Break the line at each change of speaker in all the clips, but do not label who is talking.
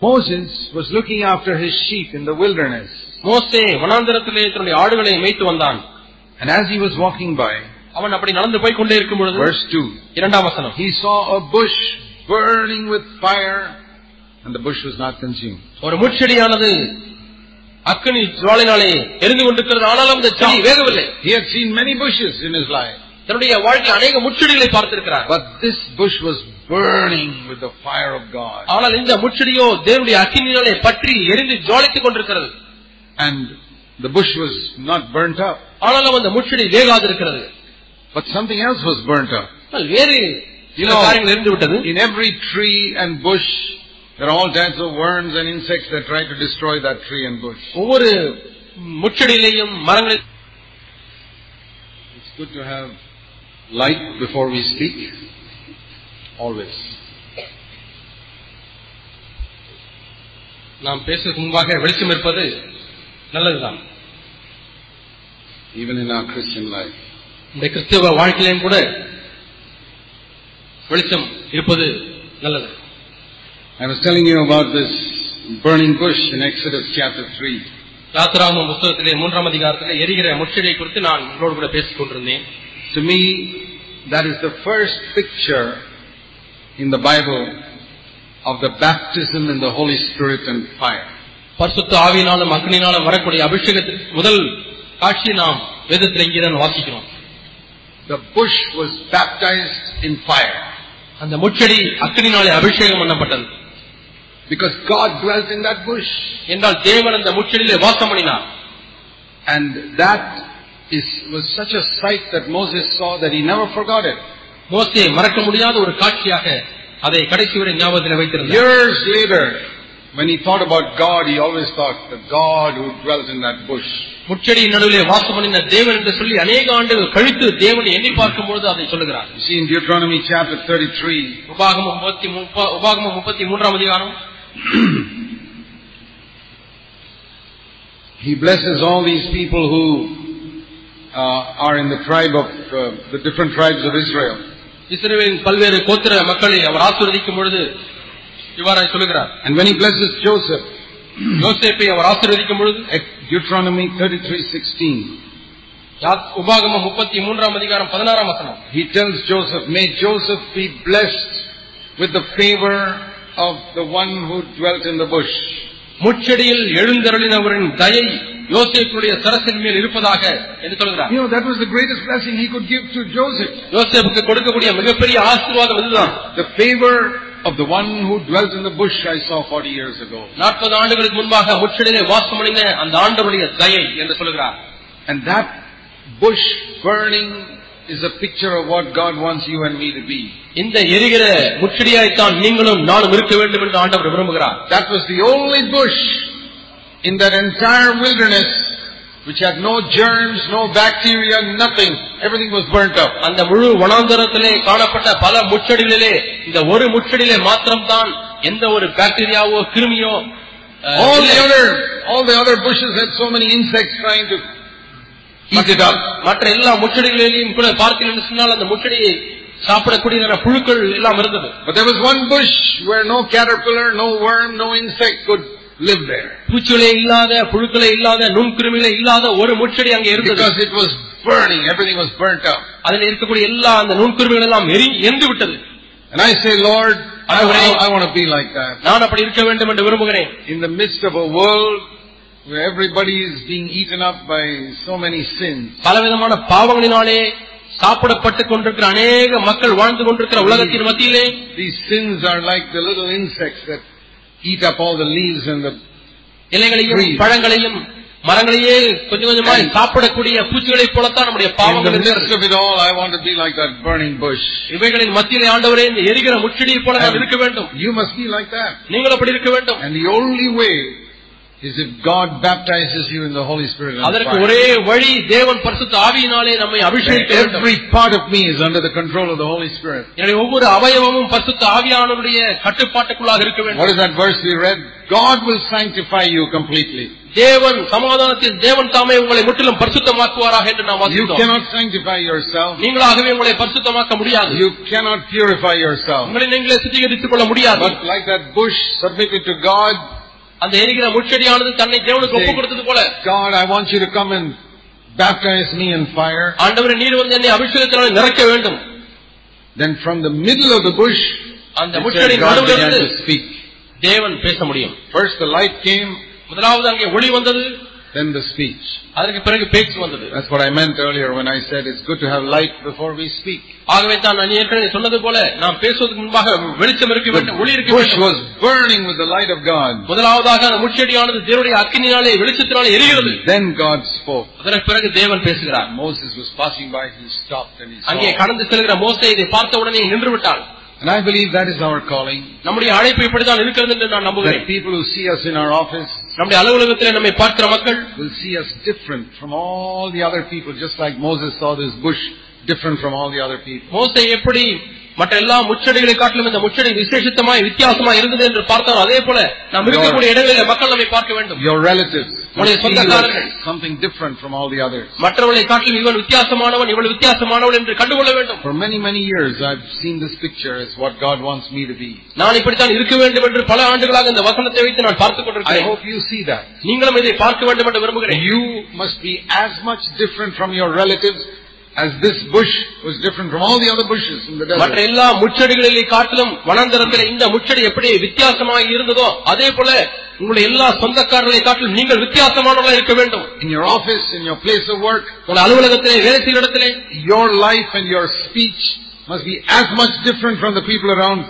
Moses was looking after his sheep in the wilderness.
மோசே வனாந்தரத்திலே தன்னுடைய ஆடுகளை மேய்த்து வந்தான்
And as he was walking by,
அவன் அப்படி நடந்து போய் கொண்டே இருக்கும் பொழுது
verse 2,
இரண்டாம் வசனம்
he saw a bush burning with fire, and the bush was not consumed.
ஒரு முட்செடியானது அக்கினி ஜுவாலினாலே எரிந்து கொண்டிருக்கிறது ஆனாலும் அந்த செடி வேகவில்லை
He had seen many bushes in his life,
தன்னுடைய வாழ்க்கை அநேக முட்செடிகளை பார்த்திருக்கிறார்
but this bush was burning with the fire of God.
ஆனால் இந்த முட்செடியோ தேவனுடைய அக்கினியினாலே பற்றி எரிந்து ஜுவாலித்துக் கொண்டிருக்கிறது
And the bush was not burnt up,
ஆனாலும் அந்த முட்செடி வேகாதிருக்கிறது
but something else was burnt up.
ஆனால் வேறு சில
No.
காரியங்கள் இருந்து விட்டது
In every tree and bush, there are all types of worms and insects that try to destroy that tree and bush.
ஒவ்வொரு முட்செடியிலேயும் மரங்களில்
It's good to have light before we speak, always.
நாம் பேசுவதற்கு முன்பாக வெளிச்சம் இருப்பது நல்லதுதான்
Even in our Christian life.
இந்த கிறிஸ்தவ வாழ்க்கையிலும் கூட வெளிச்சம் இருப்பது நல்லது
I was telling you about this burning bush in Exodus chapter 3.
ராத்ராம புஸ்தகத்திலே மூன்றாம் அதிகாரத்திலே எரிகிற முட்செடியை குறித்து நான் உங்களோடு கூட பேசிக் கொண்டிருந்தேன்
To me, that is the first picture in the Bible of the baptism in the Holy Spirit and fire.
பரிசுத்த ஆவியினாலும் அக்னினாலும் வரக்கூடிய அபிஷேகத்தின் முதல் காட்சி நாம் வேதத்தில் இங்கே தான் வாசிக்கிறோம்
The bush was baptized in fire
அந்த முட்செடி அக்னினாலே அபிஷேகம் பண்ணப்பட்டது
because God dwelt in that bush.
என்றால் தேவன் அந்த முட்செடியிலே வாசம் பண்ணினார்
And that is, was such a sight that Moses saw that he never forgot it.
மோசே மறக்க முடியாத ஒரு காட்சியாக அதை கடைசி வரை ஞாபகத்தில் வைத்திருந்தார்
Years later, when he thought about God, he always thought the God who dwelt in that bush.
முட்செடியின் நடுவிலே வாசம் பண்ணின தேவன் என்று சொல்லி அநேக ஆண்டுகள் கழித்து தேவனை எண்ணி பார்க்கும்பொழுது அதை சொல்லுகிறார்
You see in Deuteronomy chapter 33,
உபாகமம் முப்பத்தி முப்ப- உபாகமம் முப்பத்தி மூன்றாம் அதிகாரம்
he blesses all these people who uh, are in the tribe of uh, the different tribes of Israel.
இஸ்ரேலின் பல்வேறு கோத்திர மக்களை அவர் ஆசீர்வதிக்கும் பொழுது இவ்வாறாய் சொல்லுகிறார்
And when he blesses Joseph,
யோசேப்பை அவர் ஆசீர்வதிக்கும் பொழுது
Deuteronomy 33:16,
யா- உபாகமம் முப்பத்தி மூன்றாம் அதிகாரம் பதினாறாம் வசனம்
He tells Joseph, May Joseph be blessed with the favor of the one who dwelt in the bush.
முட்செடியில் எழுந்தருளினவரின் தயை யோசேப்புடைய சரசின் மேல் இருப்பதாக என்று சொல்கிறார்
You know, that was the greatest blessing he could give to Joseph.
யோசேப்புக்கு கொடுக்கக்கூடிய மிகப்பெரிய ஆசீர்வாதம் இதுதான்
The favor of the one who dwelt in the bush I saw 40 years ago.
நாற்பது ஆண்டுகளுக்கு முன்பாக முற்றிலே வாசம் அடைந்த அந்த ஆண்டவருடைய தயை என்று சொல்கிறார்
And that bush burning is a picture of what God wants you and me to be.
இந்த எரிகிற முச்சடியாய்த்தான் நீங்களும் நானும் இருக்க வேண்டும் என்று ஆண்டவர் விரும்புகிறார்
That was the only bush in that entire wilderness which had no germs, no bacteria, nothing. Everything was burnt up.
அந்த முழு வனாந்தரத்திலே காணப்பட்ட பல முச்சடிகளிலே இந்த ஒரு முச்சடியிலே மாத்திரம்தான் எந்த ஒரு பாக்டீரியாவோ கிருமியோ அஹ்,
All the
இல்லை.
other, all the other bushes had so many insects trying to eat it up.
மற்ற எல்லா முச்சடிகளிலேயும் கூட பார்த்தீர்கள் என்று சொன்னால் அந்த முச்சடியை சாப்பிடக்கூடிய நிறைய புழுக்கள் எல்லாம் இருந்தது
But there was one bush where no caterpillar, no worm, no insect could live there.
பூச்சிகளே இல்லாத புழுக்களே இல்லாத நுண்கிருமிகளே இல்லாத ஒரு முச்சடி அங்கே இருந்தது
Because it was burning, everything was burnt up.
அதில் இருக்கக்கூடிய எல்லா அந்த நுண்குருவிகள் எல்லாம் எரி எரிந்து விட்டது
And I say, Lord, I, I, I want to be like that.
நான் அப்படி இருக்க வேண்டும் என்று விரும்புகிறேன்
In the midst of a world where everybody is being eaten up by so many sins.
பலவிதமான பாவங்களினாலே சாப்பிடப்பட்டுக் கொண்டிருக்கிற அநேக மக்கள் வாழ்ந்து கொண்டிருக்கிற உலகத்தின் மத்தியிலே
These sins are like the little insects that eat up all the leaves and the
இலைகளையும்
Please.
பழங்களையும் மரங்களையே கொஞ்சம் கொஞ்சமாய் சாப்பிடக்கூடிய பூச்சிகளைப் போலத்தான் நம்முடைய
In the
பாவங்கள்
midst
இருக்கிறது.
of it all, I want to be like that burning bush.
இவைகளின் மத்தியிலே ஆண்டவரே இந்த எரிகிற முச்சடியை போல நாம் இருக்க வேண்டும்
You must be like that.
நீங்கள் அப்படி இருக்க வேண்டும்
And the only way is if God baptizes you in the Holy Spirit and
அதற்கு
fire.
ஒரே வழி தேவன் பரிசுத்த ஆவியினாலே நம்மை
Then
அபிஷேகிக்க வேண்டும்
every part of me is under the control of the Holy Spirit.
எனவே ஒவ்வொரு அவயவமும் பரிசுத்த ஆவியானவருடைய கட்டுப்பாட்டுக்குள்ளாக இருக்க
What
வேண்டும்
is that verse we read? God will sanctify you completely.
தேவன் சமாதானத்தில் தேவன் தாமே உங்களை முற்றிலும் பரிசுத்தமாக்குவாராக என்று நாம்
You
வாசித்தோம்
cannot sanctify yourself.
நீங்களாகவே உங்களை பரிசுத்தமாக்க முடியாது
You cannot purify yourself.
உங்களை நீங்களே சுத்திகரித்துக் கொள்ள முடியாது
But like that bush, submit it to God.
அந்த எரிகிற முச்செடியானது தன்னை தேவனுக்கு ஒப்பு கொடுத்தது போல
God, I want you to come and baptize me in fire.
ஆண்டவரே நீர் வந்து என்னை அபிஷேகத்தினாலே நிறைக்க வேண்டும்
Then from the middle of the bush,
அந்த
it
முச்சடி
said God began
நடுவிலிருந்து
to speak.
தேவன் பேச முடியும்
First the light came,
முதலாவது அங்கே ஒளி வந்தது
then the speech.
அதற்கு பிறகு பேச்சு வந்தது
That's what I meant earlier when I said it's good to have light before we speak.
ஆகவே தான் நான் ஏற்கனவே சொன்னது போல நாம் பேசுவதற்கு முன்பாக வெளிச்சம் இருக்க
The
வேண்டும் ஒளி இருக்க
bush
வேண்டும்
was burning with the light of God.
முதலாவதாக அந்த முச்செடியானது தேவனுடைய அக்கினியாலே வெளிச்சத்தினாலே எரிகிறது
Then God spoke.
அதற்கு பிறகு தேவன் பேசுகிறார்
Moses was passing by, he stopped and he
அங்கே
saw.
கடந்து செல்கிற மோசே இதை பார்த்த உடனே நின்று விட்டான்
And I believe that is our calling.
நம்முடைய அழைப்பு இப்படித்தான் இருக்கிறது என்று நான்
That
நம்புகிறேன்
people who see us in our office
நம்முடைய அலுவலகத்திலே நம்மை பார்க்கிற மக்கள்
will see us different from all the other people, just like Moses saw this bush different from all the other people.
மோசே எப்படி மற்ற எல்லா முச்சடிகளை காட்டிலும் இந்த முச்சடி விசேஷத்தமாய் வித்தியாசமாய் இருந்தது என்று பார்த்தாலும் அதே போல நாம் இருக்கக்கூடிய இடங்களிலே மக்கள் நம்மை பார்க்க வேண்டும்
Your relatives will see you as
உங்களுடைய சொந்தக்காரர்கள்.
something different from all the others.
மற்றவர்களை காட்டிலும் இவன் வித்தியாசமானவன் இவள் வித்தியாசமானவள் என்று கண்டுகொள்ள வேண்டும்
For many, many years I've seen this picture as what God wants me to be.
நான் இப்படித்தான் இருக்க வேண்டும் என்று பல ஆண்டுகளாக இந்த வசனத்தை வைத்து நான் பார்த்துக்
I
கொண்டிருக்கிறேன்
hope you see that.
நீங்களும் இதை பார்க்க வேண்டும் என்று விரும்புகிறேன்
You must be as much different from your relatives as this bush was different from all the other bushes in the
மற்ற
desert.
எல்லா முச்செடிகளிலே காட்டிலும் வனாந்தரத்திலே இந்த முச்செடி எப்படி வித்தியாசமாக இருந்ததோ அதே போல உங்களுடைய எல்லா சொந்தக்காரர்களை காட்டிலும் நீங்கள் வித்தியாசமானவர்களாக இருக்க வேண்டும்
In your office, in your place of work,
உங்கள் அலுவலகத்திலே வேலை செய்கிற இடத்திலே
your life and your speech must be as much different from the people around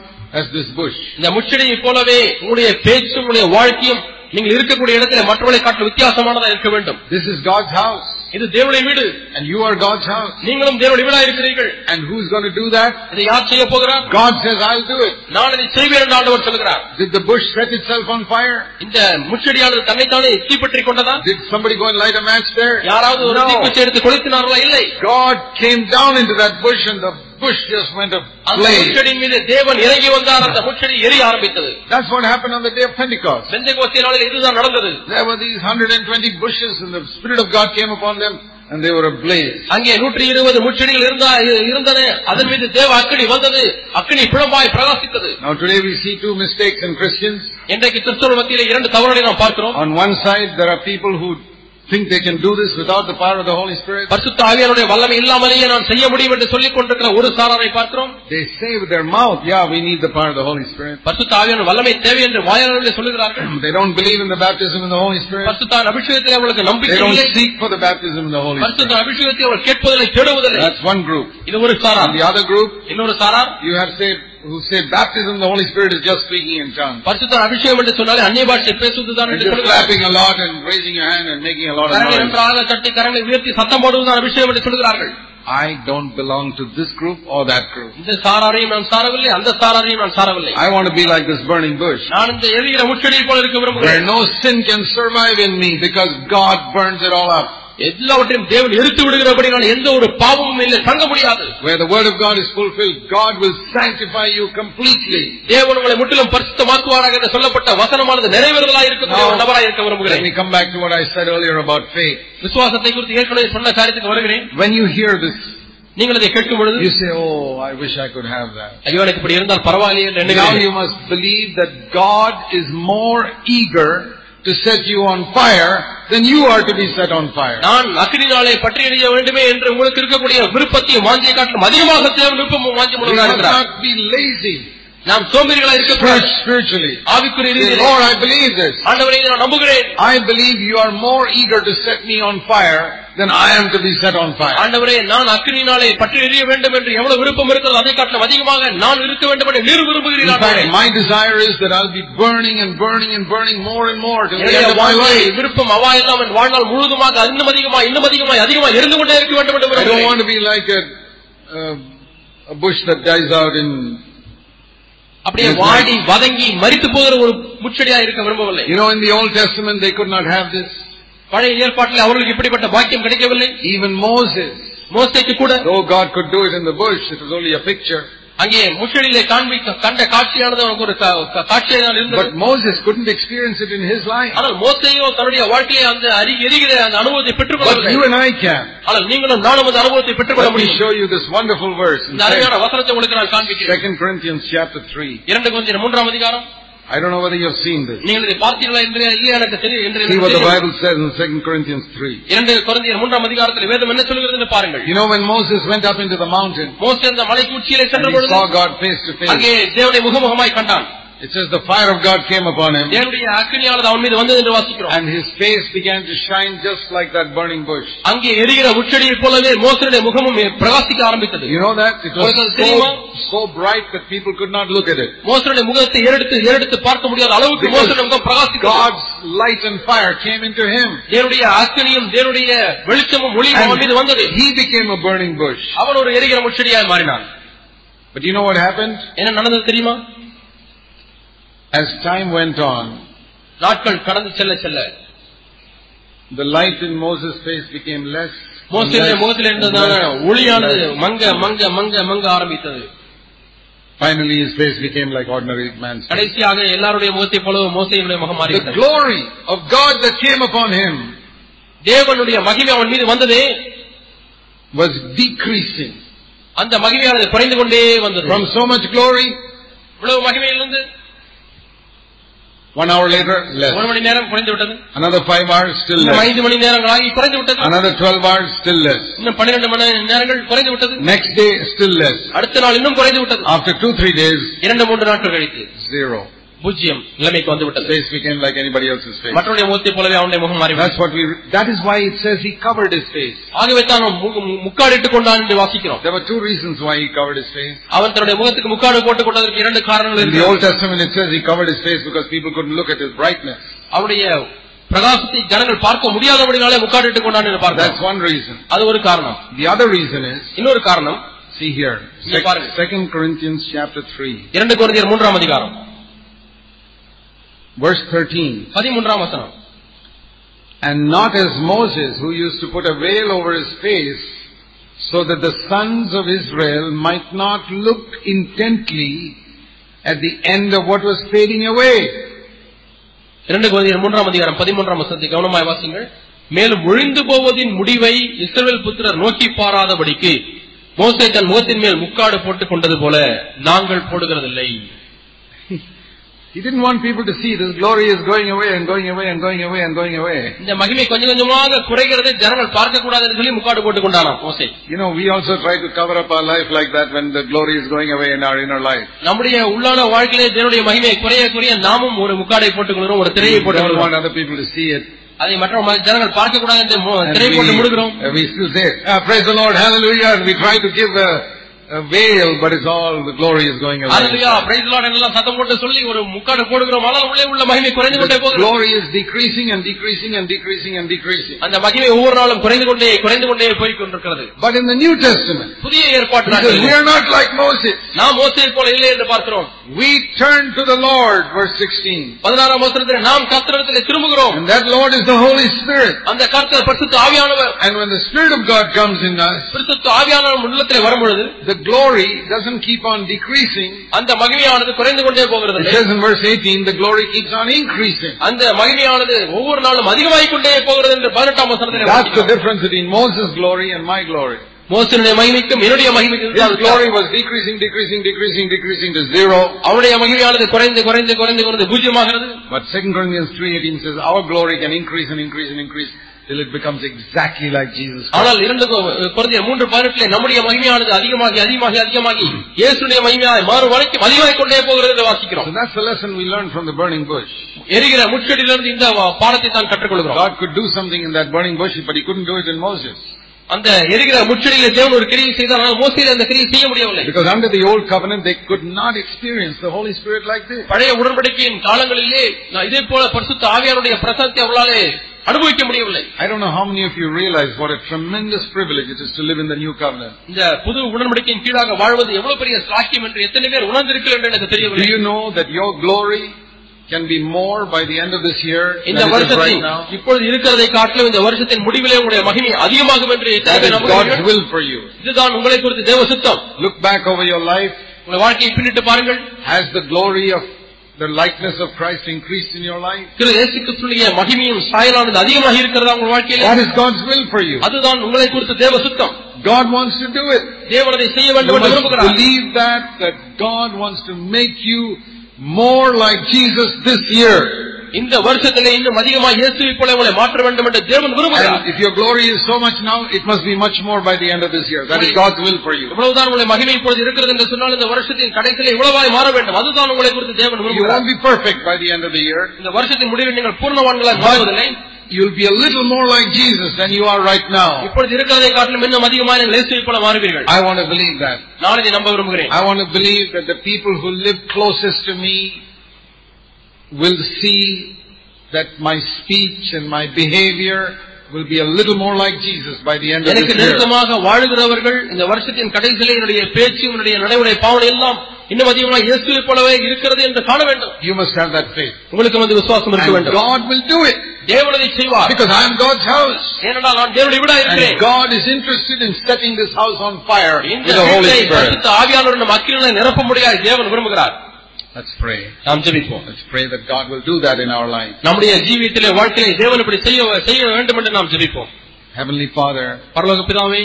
as this bush.
இந்த முச்செடியை போலவே உங்களுடைய பேச்சும் உங்களுடைய வாழ்க்கையும் நீங்கள் இருக்கக்கூடிய இடத்திலே மற்றவர்களை காட்டிலும் வித்தியாசமானதா இருக்க வேண்டும்
This is God's house,
இது தேவனுடைய வீடு
and you are God's house.
நீங்களும் தேவனுடைய வீடா இருக்கிறீர்கள்
And who's going to do that?
இதை யார் செய்ய போகிறார்
God says, I'll do it.
நான் இதை செய்வேன் என்று ஆண்டவர் சொல்கிறார்
Did the bush set itself on fire?
இந்த முச்செடியானது தன்னைத்தானே தீப்பற்றி கொண்டதா
Did somebody go and light a match there?
யாராவது ஒரு தீப்பற்றி எடுத்து கொளுத்தினார்களா இல்லை
God came down into that bush and the bush just went
அந்த
ablaze.
முச்செடியின் மீது தேவன் இறங்கி வந்தார் அந்த முச்செடி எரிய ஆரம்பித்தது
That's what happened on the day of Pentecost.
Pentecost நாளில் இதுதான் நடந்தது
There were these 120 bushes and the Spirit of God came upon them and they were ablaze.
அங்கே நூற்றி இருபது முச்செடிகள் இருந்தா இருந்தன அதன் மீது தேவ அக்கினி வந்தது அக்கினி பிழம்பாய் பிரகாசித்தது
Now today we see two mistakes in Christians.
இன்றைக்கு கிறிஸ்தவர் மத்தியிலே இரண்டு தவறுகளை நாம் பார்க்கிறோம்
On one side there are people who think they can do this without the power of the Holy Spirit.
பரிசுத்த ஆவியானுடைய வல்லமை இல்லாமலேயே நான் செய்ய முடியும் என்று சொல்லிக் கொண்டிருக்கிற ஒரு சாராரை பார்க்கிறோம்
They say with their mouth, yeah, we need the power of the Holy Spirit.
பரிசுத்த ஆவியான வல்லமை தேவை என்று வாயாளர்களே சொல்லுகிறார்கள்
They don't believe in the baptism in the Holy Spirit.
பரிசுத்தான் அபிஷேகத்தில் அவர்களுக்கு
They
நம்பிக்கை
don't
இல்லை
seek for the baptism in the Holy Spirit.
பரிசுத்த அபிஷேகத்தை அவர்கள் கேட்பதில்லை தேடுவதில்லை
That's one group.
இது ஒரு சாரார்
And the other group,
இன்னொரு சாரார்
you have said, who say baptism in the Holy Spirit is just speaking in tongues.
பரிசுத்தான் அபிஷேகம் என்று சொன்னாலே அந்நிய பாஷை பேசுவதுதான்
And
என்று
just
சொல்லுகிறார்கள்
clapping a lot and raising your hand and making a lot of
கரங்களை
noise.
நன்றாக தட்டி கரங்களை உயர்த்தி சத்தம் போடுவதுதான் அபிஷேகம் என்று சொல்கிறார்கள்
I don't belong to this group or that group.
இந்த சாராரையும் நான் சாரவில்லை அந்த சாராரையும் நான் சாரவில்லை
I want to be like this burning bush.
நான் இந்த எரிகிற முச்செடியை போல இருக்க
Where
விரும்புகிறேன்
no sin can survive in me because God burns it all up.
எல்லாவற்றையும் தேவன் எரித்து விடுகிறபடி நான் எந்த ஒரு பாவமும் இல்லை தங்க முடியாது
Where the word of God is fulfilled, God will sanctify you completely.
தேவன் உங்களை முற்றிலும் பரிசுத்தமாக்குவாராக என்று சொல்லப்பட்ட வசனமானது நிறைவேறலாய் இருக்கக்கூடிய ஒரு நபராய் இருக்க
Let
விரும்புகிறேன்
me come back to what I said earlier about faith.
விசுவாசத்தை குறித்து ஏற்கனவே சொன்ன காரியத்துக்கு வருகிறேன்
When you hear this,
நீங்கள் இதை கேட்கும் பொழுது
you say, oh, I wish I could have that.
ஐயோ எனக்கு இப்படி இருந்தால் பரவாயில்லையே என்று
Now you
எண்ணுகிறேன்
must believe that God is more eager to set you on fire than you are to be set on fire.
நான் அக்கினினாலே பற்றி எறிய வேண்டுமே என்று உங்களுக்கு இருக்கக்கூடிய விருப்பத்தையும் வாஞ்சியை காட்டிலும் அதிகமாக தேவன் விருப்பமும் வாஞ்சி
We must
இருக்கிறார்
not be lazy
நாம் சோம்பேறிகளா
Search
இருக்கக்கூடாது
spiritually.
ஆவிக்குரிய
Say,
ரீதியிலே
Lord, I believe this.
ஆண்டவரை நான் நம்புகிறேன்
I believe you are more eager to set me on fire than I am to be set on fire.
ஆண்டவரே நான் அக்கினினாலே பற்றி எறிய வேண்டும் என்று எவ்வளவு விருப்பம் இருக்கிறது அதை காட்டிலும் அதிகமாக நான் இருக்க வேண்டும் என்று நீர்
In
விரும்புகிறீர்
fact,
ஆண்டவரே.
my desire is that I'll be burning and burning and burning more and more till the
என்னுடைய
end of my
வாழ்நாள்
life.
விருப்பம் அவா எல்லாம் என் வாழ்நாள் முழுவதுமாக இன்னும் அதிகமா இன்னும் அதிகமா அதிகமா இருந்து கொண்டே இருக்க வேண்டும் என்று
I don't want
விரும்புகிறேன்.
to be like a, uh, a bush that dies out in.
அப்படியே வாடி வதங்கி மரித்து போகிற ஒரு முச்சடியா இருக்க விரும்பவில்லை
You know, in the Old Testament, they could not have this.
பழைய ஏற்பாட்டில் அவர்களுக்கு இப்படிப்பட்ட பாக்கியம் கிடைக்கவில்லை
Even Moses,
மோசைக்கு கூட
though God could do it in the bush, it was only a picture.
அங்கே முச்சடியிலே காண்பிக்க கண்ட காட்சியானது அவனுக்கு ஒரு காட்சியாக தான் இருந்தது
But Moses couldn't experience it in his life.
ஆனால் மோசையோ தன்னுடைய வாழ்க்கையிலே அந்த அறி எரிகிற அந்த அனுபவத்தை
But you
பெற்றுக்கொள்ள
and I can.
ஆனால் நீங்களும் நானும் அந்த அனுபவத்தை பெற்றுக்கொள்ள
Let me
முடியும்
show you this wonderful verse in
இந்த அருமையான வசனத்தை உங்களுக்கு நான் காண்பிக்கிறேன்
2 Corinthians chapter 3.
இரண்டு கொஞ்சம் மூன்றாம் அதிகாரம்
I don't know whether you've seen this.
நீங்கள் இதை பார்த்தீர்களா என்று இல்லையா எனக்கு தெரியும் என்று
See
எனக்கு
what the
தெரியும்.
Bible says in 2 Corinthians 3.
இரண்டு குழந்தையர் மூன்றாம் அதிகாரத்தில் வேதம் என்ன சொல்கிறது என்று பாருங்கள்
You know, when Moses went up into the mountain
மோசே அந்த மலைக்கு உச்சியிலே
and
சென்ற
he
பொழுது
saw God face to face,
அங்கே தேவனை முகமுகமாய் கண்டான்
it says the fire of God came upon him
தேவனுடைய அக்கினியானது அவன் மீது வந்தது என்று வாசிக்கிறோம்
and his face began to shine just like that burning bush.
அங்கே எரிகிற முச்செடியைப் போலவே மோசனுடைய முகமும் பிரகாசிக்க ஆரம்பித்தது
You know that? It was
Because
so, so bright that people could not look at it.
மோசனுடைய முகத்தை ஏறெடுத்து ஏறெடுத்து பார்க்க முடியாத அளவுக்கு
Because
மோசனுடைய முகம் பிரகாசிக்க
God's light and fire came into him.
தேவனுடைய அக்கினியும் தேவனுடைய வெளிச்சமும் ஒளியும் அவன் மீது
And
வந்தது
he became a burning bush.
அவன் ஒரு எரிகிற முச்செடியாய் மாறினான்
But you know what happened?
என்ன நடந்தது தெரியுமா
As time went on,
நாட்கள் கடந்து செல்ல செல்ல
the light in Moses' face became less. and
மோசனுடைய
less
முகத்தில்
and
இருந்ததான
less and
ஒளியானது
less.
மங்க மங்க மங்க மங்க ஆரம்பித்தது
Finally, his face became like ordinary man's face.
கடைசியாக எல்லாருடைய முகத்தை போலவே மோசையினுடைய முகம்
The
மாறிவிட்டது
glory of God that came upon him
தேவனுடைய மகிமை அவன் மீது வந்ததே
was decreasing.
அந்த மகிமையானது குறைந்து கொண்டே வந்தது
From so much glory,
இவ்வளவு மகிமையிலிருந்து
one hour later,
ஒரு
less.
மணி நேரம் குறைந்து விட்டது
Another five hours, still
இன்னும்
less.
ஐந்து மணி நேரங்களாகி குறைந்து விட்டது
Another twelve hours, still less.
இன்னும் பன்னிரண்டு மணி நேரங்கள் குறைந்து விட்டது
Next day, still less.
அடுத்த நாள் இன்னும் குறைந்து விட்டது
After two, three days,
இரண்டு மூன்று நாட்கள் கழித்து
zero.
பூஜ்ஜியம் நிலைமைக்கு வந்து
His
விட்டது
face became like anybody else's face.
மற்றவருடைய முகத்தை போலவே அவனுடைய முகம் மாறிவிட்டது
That's what we, that is why it says he covered his face.
ஆகவே தான் அவன் மு- மு- முக்காடிட்டுக் கொண்டான் என்று வாசிக்கிறோம்
There were two reasons why he covered his face.
அவன் தன்னுடைய முகத்துக்கு முக்காடு போட்டுக் கொண்டதற்கு இரண்டு காரணங்கள்
In the Old
இருக்கிறது
Testament it says he covered his face because people couldn't look at his brightness.
அவனுடைய பிரகாசத்தை ஜனங்கள் பார்க்க முடியாதபடினாலே முக்காடிட்டுக் கொண்டான் என்று
That's
பார்க்கிறோம்
one reason.
அது ஒரு காரணம்
The other reason is,
இன்னொரு காரணம்
see here,
இங்க பாருங்க.
Second Corinthians chapter 3,
இரண்டு குழந்தையர் மூன்றாம் அதிகாரம்
verse 13.
பதிமூன்றாம் வசனம்
And not as Moses, who used to put a veil over his face, so that the sons of Israel might not look intently at the end of what was fading away.
இரண்டு குழந்தையர் மூன்றாம் அதிகாரம் பதிமூன்றாம் வசனத்தை கவனமாய் வாசிங்கள் மேலும் ஒழிந்து போவதின் முடிவை இஸ்ரவேல் புத்திரர் நோக்கி பாராதபடிக்கு மோசே தன் முகத்தின் மேல் முக்காடு போட்டுக் கொண்டது போல நாங்கள் போடுகிறதில்லை
He didn't want people to see this glory is going away and going away and going away and going away.
இந்த மகிமை கொஞ்சம் கொஞ்சமாக குறைகிறதை ஜனங்கள் பார்க்க கூடாதுன்னு சொல்லி முக்காடு போட்டுக் கொண்டானாம் மோசே
You know, we also try to cover up our life like that when the glory is going away in our inner life.
நம்முடைய உள்ளான வாழ்க்கையிலே தேவனுடைய மகிமை குறைய குறைய நாமும் ஒரு முக்காடை போட்டுக் கொள்கிறோம் ஒரு
We
திரையை போட்டுக்
don't want
கொள்கிறோம்
other people to see it.
அதை மற்ற ம- ஜனங்கள் பார்க்க கூடாது என்று மு-
And
திரையை போட்டு முடுகிறோம்
we, and we still say, "Ah, praise the Lord, hallelujah, and we try to give a, a veil, but it's all, the glory is going
hallelujah
away.
Praise Lord எல்லாம் சத்தம் போட்டு சொல்லி ஒரு முக்காடு போடுகிறோம் ஆனால் உள்ளே உள்ள மகிமை குறைந்து கொண்டே
The
போகிறது
glory is decreasing and decreasing and decreasing and decreasing.
அந்த மகிமை ஒவ்வொரு நாளும் குறைந்து கொண்டே குறைந்து கொண்டே போய் கொண்டிருக்கிறது
But in the New Testament,
புதிய ஏற்பாட்டு
because we
நாட்களில்
are not like Moses,
நாம் மோசையை போல இல்லை என்று பார்க்கிறோம்
we turn to the Lord, verse 16.
பதினாறாம் வசனத்தில் நாம் கர்த்தரிடத்தில் திரும்புகிறோம்
And that Lord is the Holy Spirit.
அந்த கர்த்தர் பரிசுத்த ஆவியானவர்
And when the Spirit of God comes in us,
பரிசுத்த ஆவியானவர் உள்ளத்தில் வரும்பொழுது
the glory doesn't keep on decreasing.
அந்த மகிமையானது குறைந்து கொண்டே
It
போகிறது
says in verse 18, the glory keeps on increasing.
அந்த மகிமையானது ஒவ்வொரு நாளும் அதிகமாகிக் கொண்டே போகிறது என்று பதினெட்டாம்
That's the
வசனத்தில்
difference between Moses' glory and my glory.
மோசனுடைய மகிமைக்கும் என்னுடைய மகிமைக்கும்
His
வித்தியாசம்.
glory was decreasing, decreasing, decreasing, decreasing to zero.
அவனுடைய மகிமையானது குறைந்து குறைந்து குறைந்து குறைந்து பூஜ்யமாகிறது
But 2 Corinthians 3.18 says, our glory can increase and increase and increase till it becomes exactly like Jesus Christ.
ஆனால் இரண்டு கொ- கொரிந்தியர் மூன்று பதினெட்டுல நம்முடைய மகிமையானது அதிகமாகி அதிகமாகி அதிகமாகி இயேசுடைய மகிமையாய் மாறு வரைக்கும் அதிகமாகிக் கொண்டே போகிறது என்று வாசிக்கிறோம்
So that's the lesson we learned from the burning bush.
எரிகிற முட்செடியிலிருந்து இந்த வா- பாடத்தை தான் கற்றுக்கொள்கிறோம்
God could do something in that burning bush, but he couldn't do it in Moses.
அந்த எரிகிற முட்செடியில தேவன் ஒரு கிரியை செய்தார் ஆனால் மோசையில அந்த கிரியை செய்ய முடியவில்லை
Because under the old covenant, they could not experience the Holy Spirit like this.
பழைய உடன்படிக்கையின் காலங்களிலே நான் இதே போல பரிசுத்த ஆவியாருடைய பிரசத்தை அவளாலே அனுபவிக்க முடியவில்லை
I don't know how many of you realize what a tremendous privilege it is to live in the new covenant.
இந்த புது உடன்படிக்கையின் கீழாக வாழ்வது எவ்வளவு பெரிய சாக்கியம் என்று எத்தனை பேர் உணர்ந்திருக்கிறது என்று எனக்கு
Do
தெரியவில்லை
you know that your glory can be more by the end of this year than
இந்த
it is right
வருஷத்தின்
now.
இப்பொழுது இருக்கிறதை காட்டிலும் இந்த வருஷத்தின் முடிவிலே உங்களுடைய மகிமை அதிகமாகும் என்று
That
கர்த்தரை
is God's
நம்புகிறீர்கள்.
will for you.
இதுதான் உங்களை குறித்து தேவ சித்தம்
Look back over your life.
உங்கள் வாழ்க்கையை பின்னிட்டு பாருங்கள்
Has the glory of the likeness of Christ increased in your life?
திரு இயேசு கிறிஸ்துவினுடைய மகிமையும் சாயலானது அதிகமாக இருக்கிறதா உங்கள்
That
வாழ்க்கையில
is God's will for you.
அதுதான் உங்களை குறித்து தேவ சித்தம்
God wants to do it.
தேவன் அதை செய்ய
You
வேண்டும் என்று
must
விரும்புகிறார்
believe that, that God wants to make you more like Jesus this year.
இந்த வருஷத்திலே இன்னும் அதிகமாக இயேசுவை போல உங்களை மாற்ற வேண்டும் என்று தேவன் விரும்புகிறார்
And if your glory is so much now, it must be much more by the end of this year. That is God's will for you.
இவ்வளவுதான் உங்களை மகிமை இப்பொழுது இருக்கிறது என்று சொன்னால் இந்த வருஷத்தின் கடைசியிலே இவ்வளவாய் மாற வேண்டும் அதுதான் உங்களை குறித்து தேவன்
You won't
விரும்புகிறார்
be perfect by the end of the year.
இந்த வருஷத்தின் முடிவில் நீங்கள் பூர்ணவான்களாய் மாறுவதில்லை
You'll be a little more like Jesus than you are right now.
இப்பொழுது இருக்கிறதை காட்டிலும் இன்னும் அதிகமாக நீங்கள் இயேசுவை போல மாறுவீர்கள்
I want to believe that.
நான் இதை நம்ப விரும்புகிறேன்
I want to believe that the people who live closest to me will see that my speech and my behavior will be a little more like Jesus by the end of
எனக்கு
this year.
நெருக்கமாக வாழுகிறவர்கள் இந்த வருஷத்தின் கடைசியிலே என்னுடைய பேச்சு என்னுடைய நடைமுறை பாவனை எல்லாம் இன்னும் அதிகமாக இயேசுவை போலவே இருக்கிறது என்று காண வேண்டும்
You must have that faith.
உங்களுக்கு வந்து விசுவாசம் இருக்க
And
வேண்டும்
God will do it
தேவனதை செய்வார்
because I am God's house.
ஏனென்றால் நான் தேவனுடைய வீடா
And
இருக்கிறேன்
God is interested in setting this house on fire with
இந்த
the Holy
வீட்டை
Spirit.
பரிசுத்த ஆவியானவர் நம் அக்கிரங்களை நிரப்ப முடியாது தேவன் விரும்புகிறார்
Let's pray.
நாம் ஜெபிப்போம்
Let's pray that God will do that in our life.
நம்முடைய ஜீவியத்திலே வாழ்க்கையிலே தேவன் இப்படி செய்ய செய்ய வேண்டும் என்று நாம் ஜெபிப்போம்
Heavenly Father,
பரலோக பிதாவே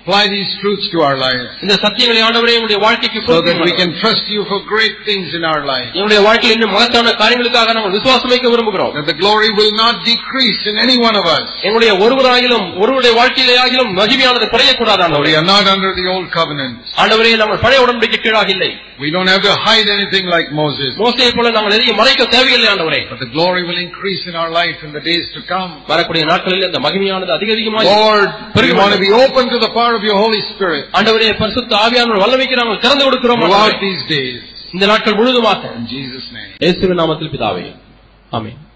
apply these truths to our lives
இந்த சத்தியங்களை ஆண்டவரே உங்களுடைய வாழ்க்கைக்கு
so that we
பொருத்தி
can trust you for great things in our life.
என்னுடைய வாழ்க்கையில் இன்னும் மகத்தான காரியங்களுக்காக நாங்கள் விசுவாசம் வைக்க விரும்புகிறோம்
that the glory will not decrease in any one of us.
எங்களுடைய ஒருவராகிலும் ஒருவருடைய வாழ்க்கையிலே ஆகிலும் மகிமையானது குறையக்கூடாது
For we
ஆண்டவரே
are not under the old covenant.
ஆண்டவரே நாங்கள் பழைய உடன்படிக்கை கீழாக இல்லை
We don't have to hide anything like Moses.
மோசையை போல நாங்கள் எதையும் மறைக்க தேவையில்லை ஆண்டவரே
But the glory will increase in our life in the days to come.
வரக்கூடிய நாட்களில் அந்த மகிமையானது அதிக அதிகமாக
Lord, we
பெருகி
want to
வரும்.
be open to the power of your Holy Spirit
ஆண்டவரே பரிசுத்த ஆவியானவர் வல்லமைக்கு நாங்கள் திறந்து கொடுக்கிறோம்
throughout
ஆண்டவரே.
these days.
இந்த நாட்கள் முழுதுமாக
In Jesus' name.
இயேசுவின் நாமத்தில் பிதாவே ஆமென்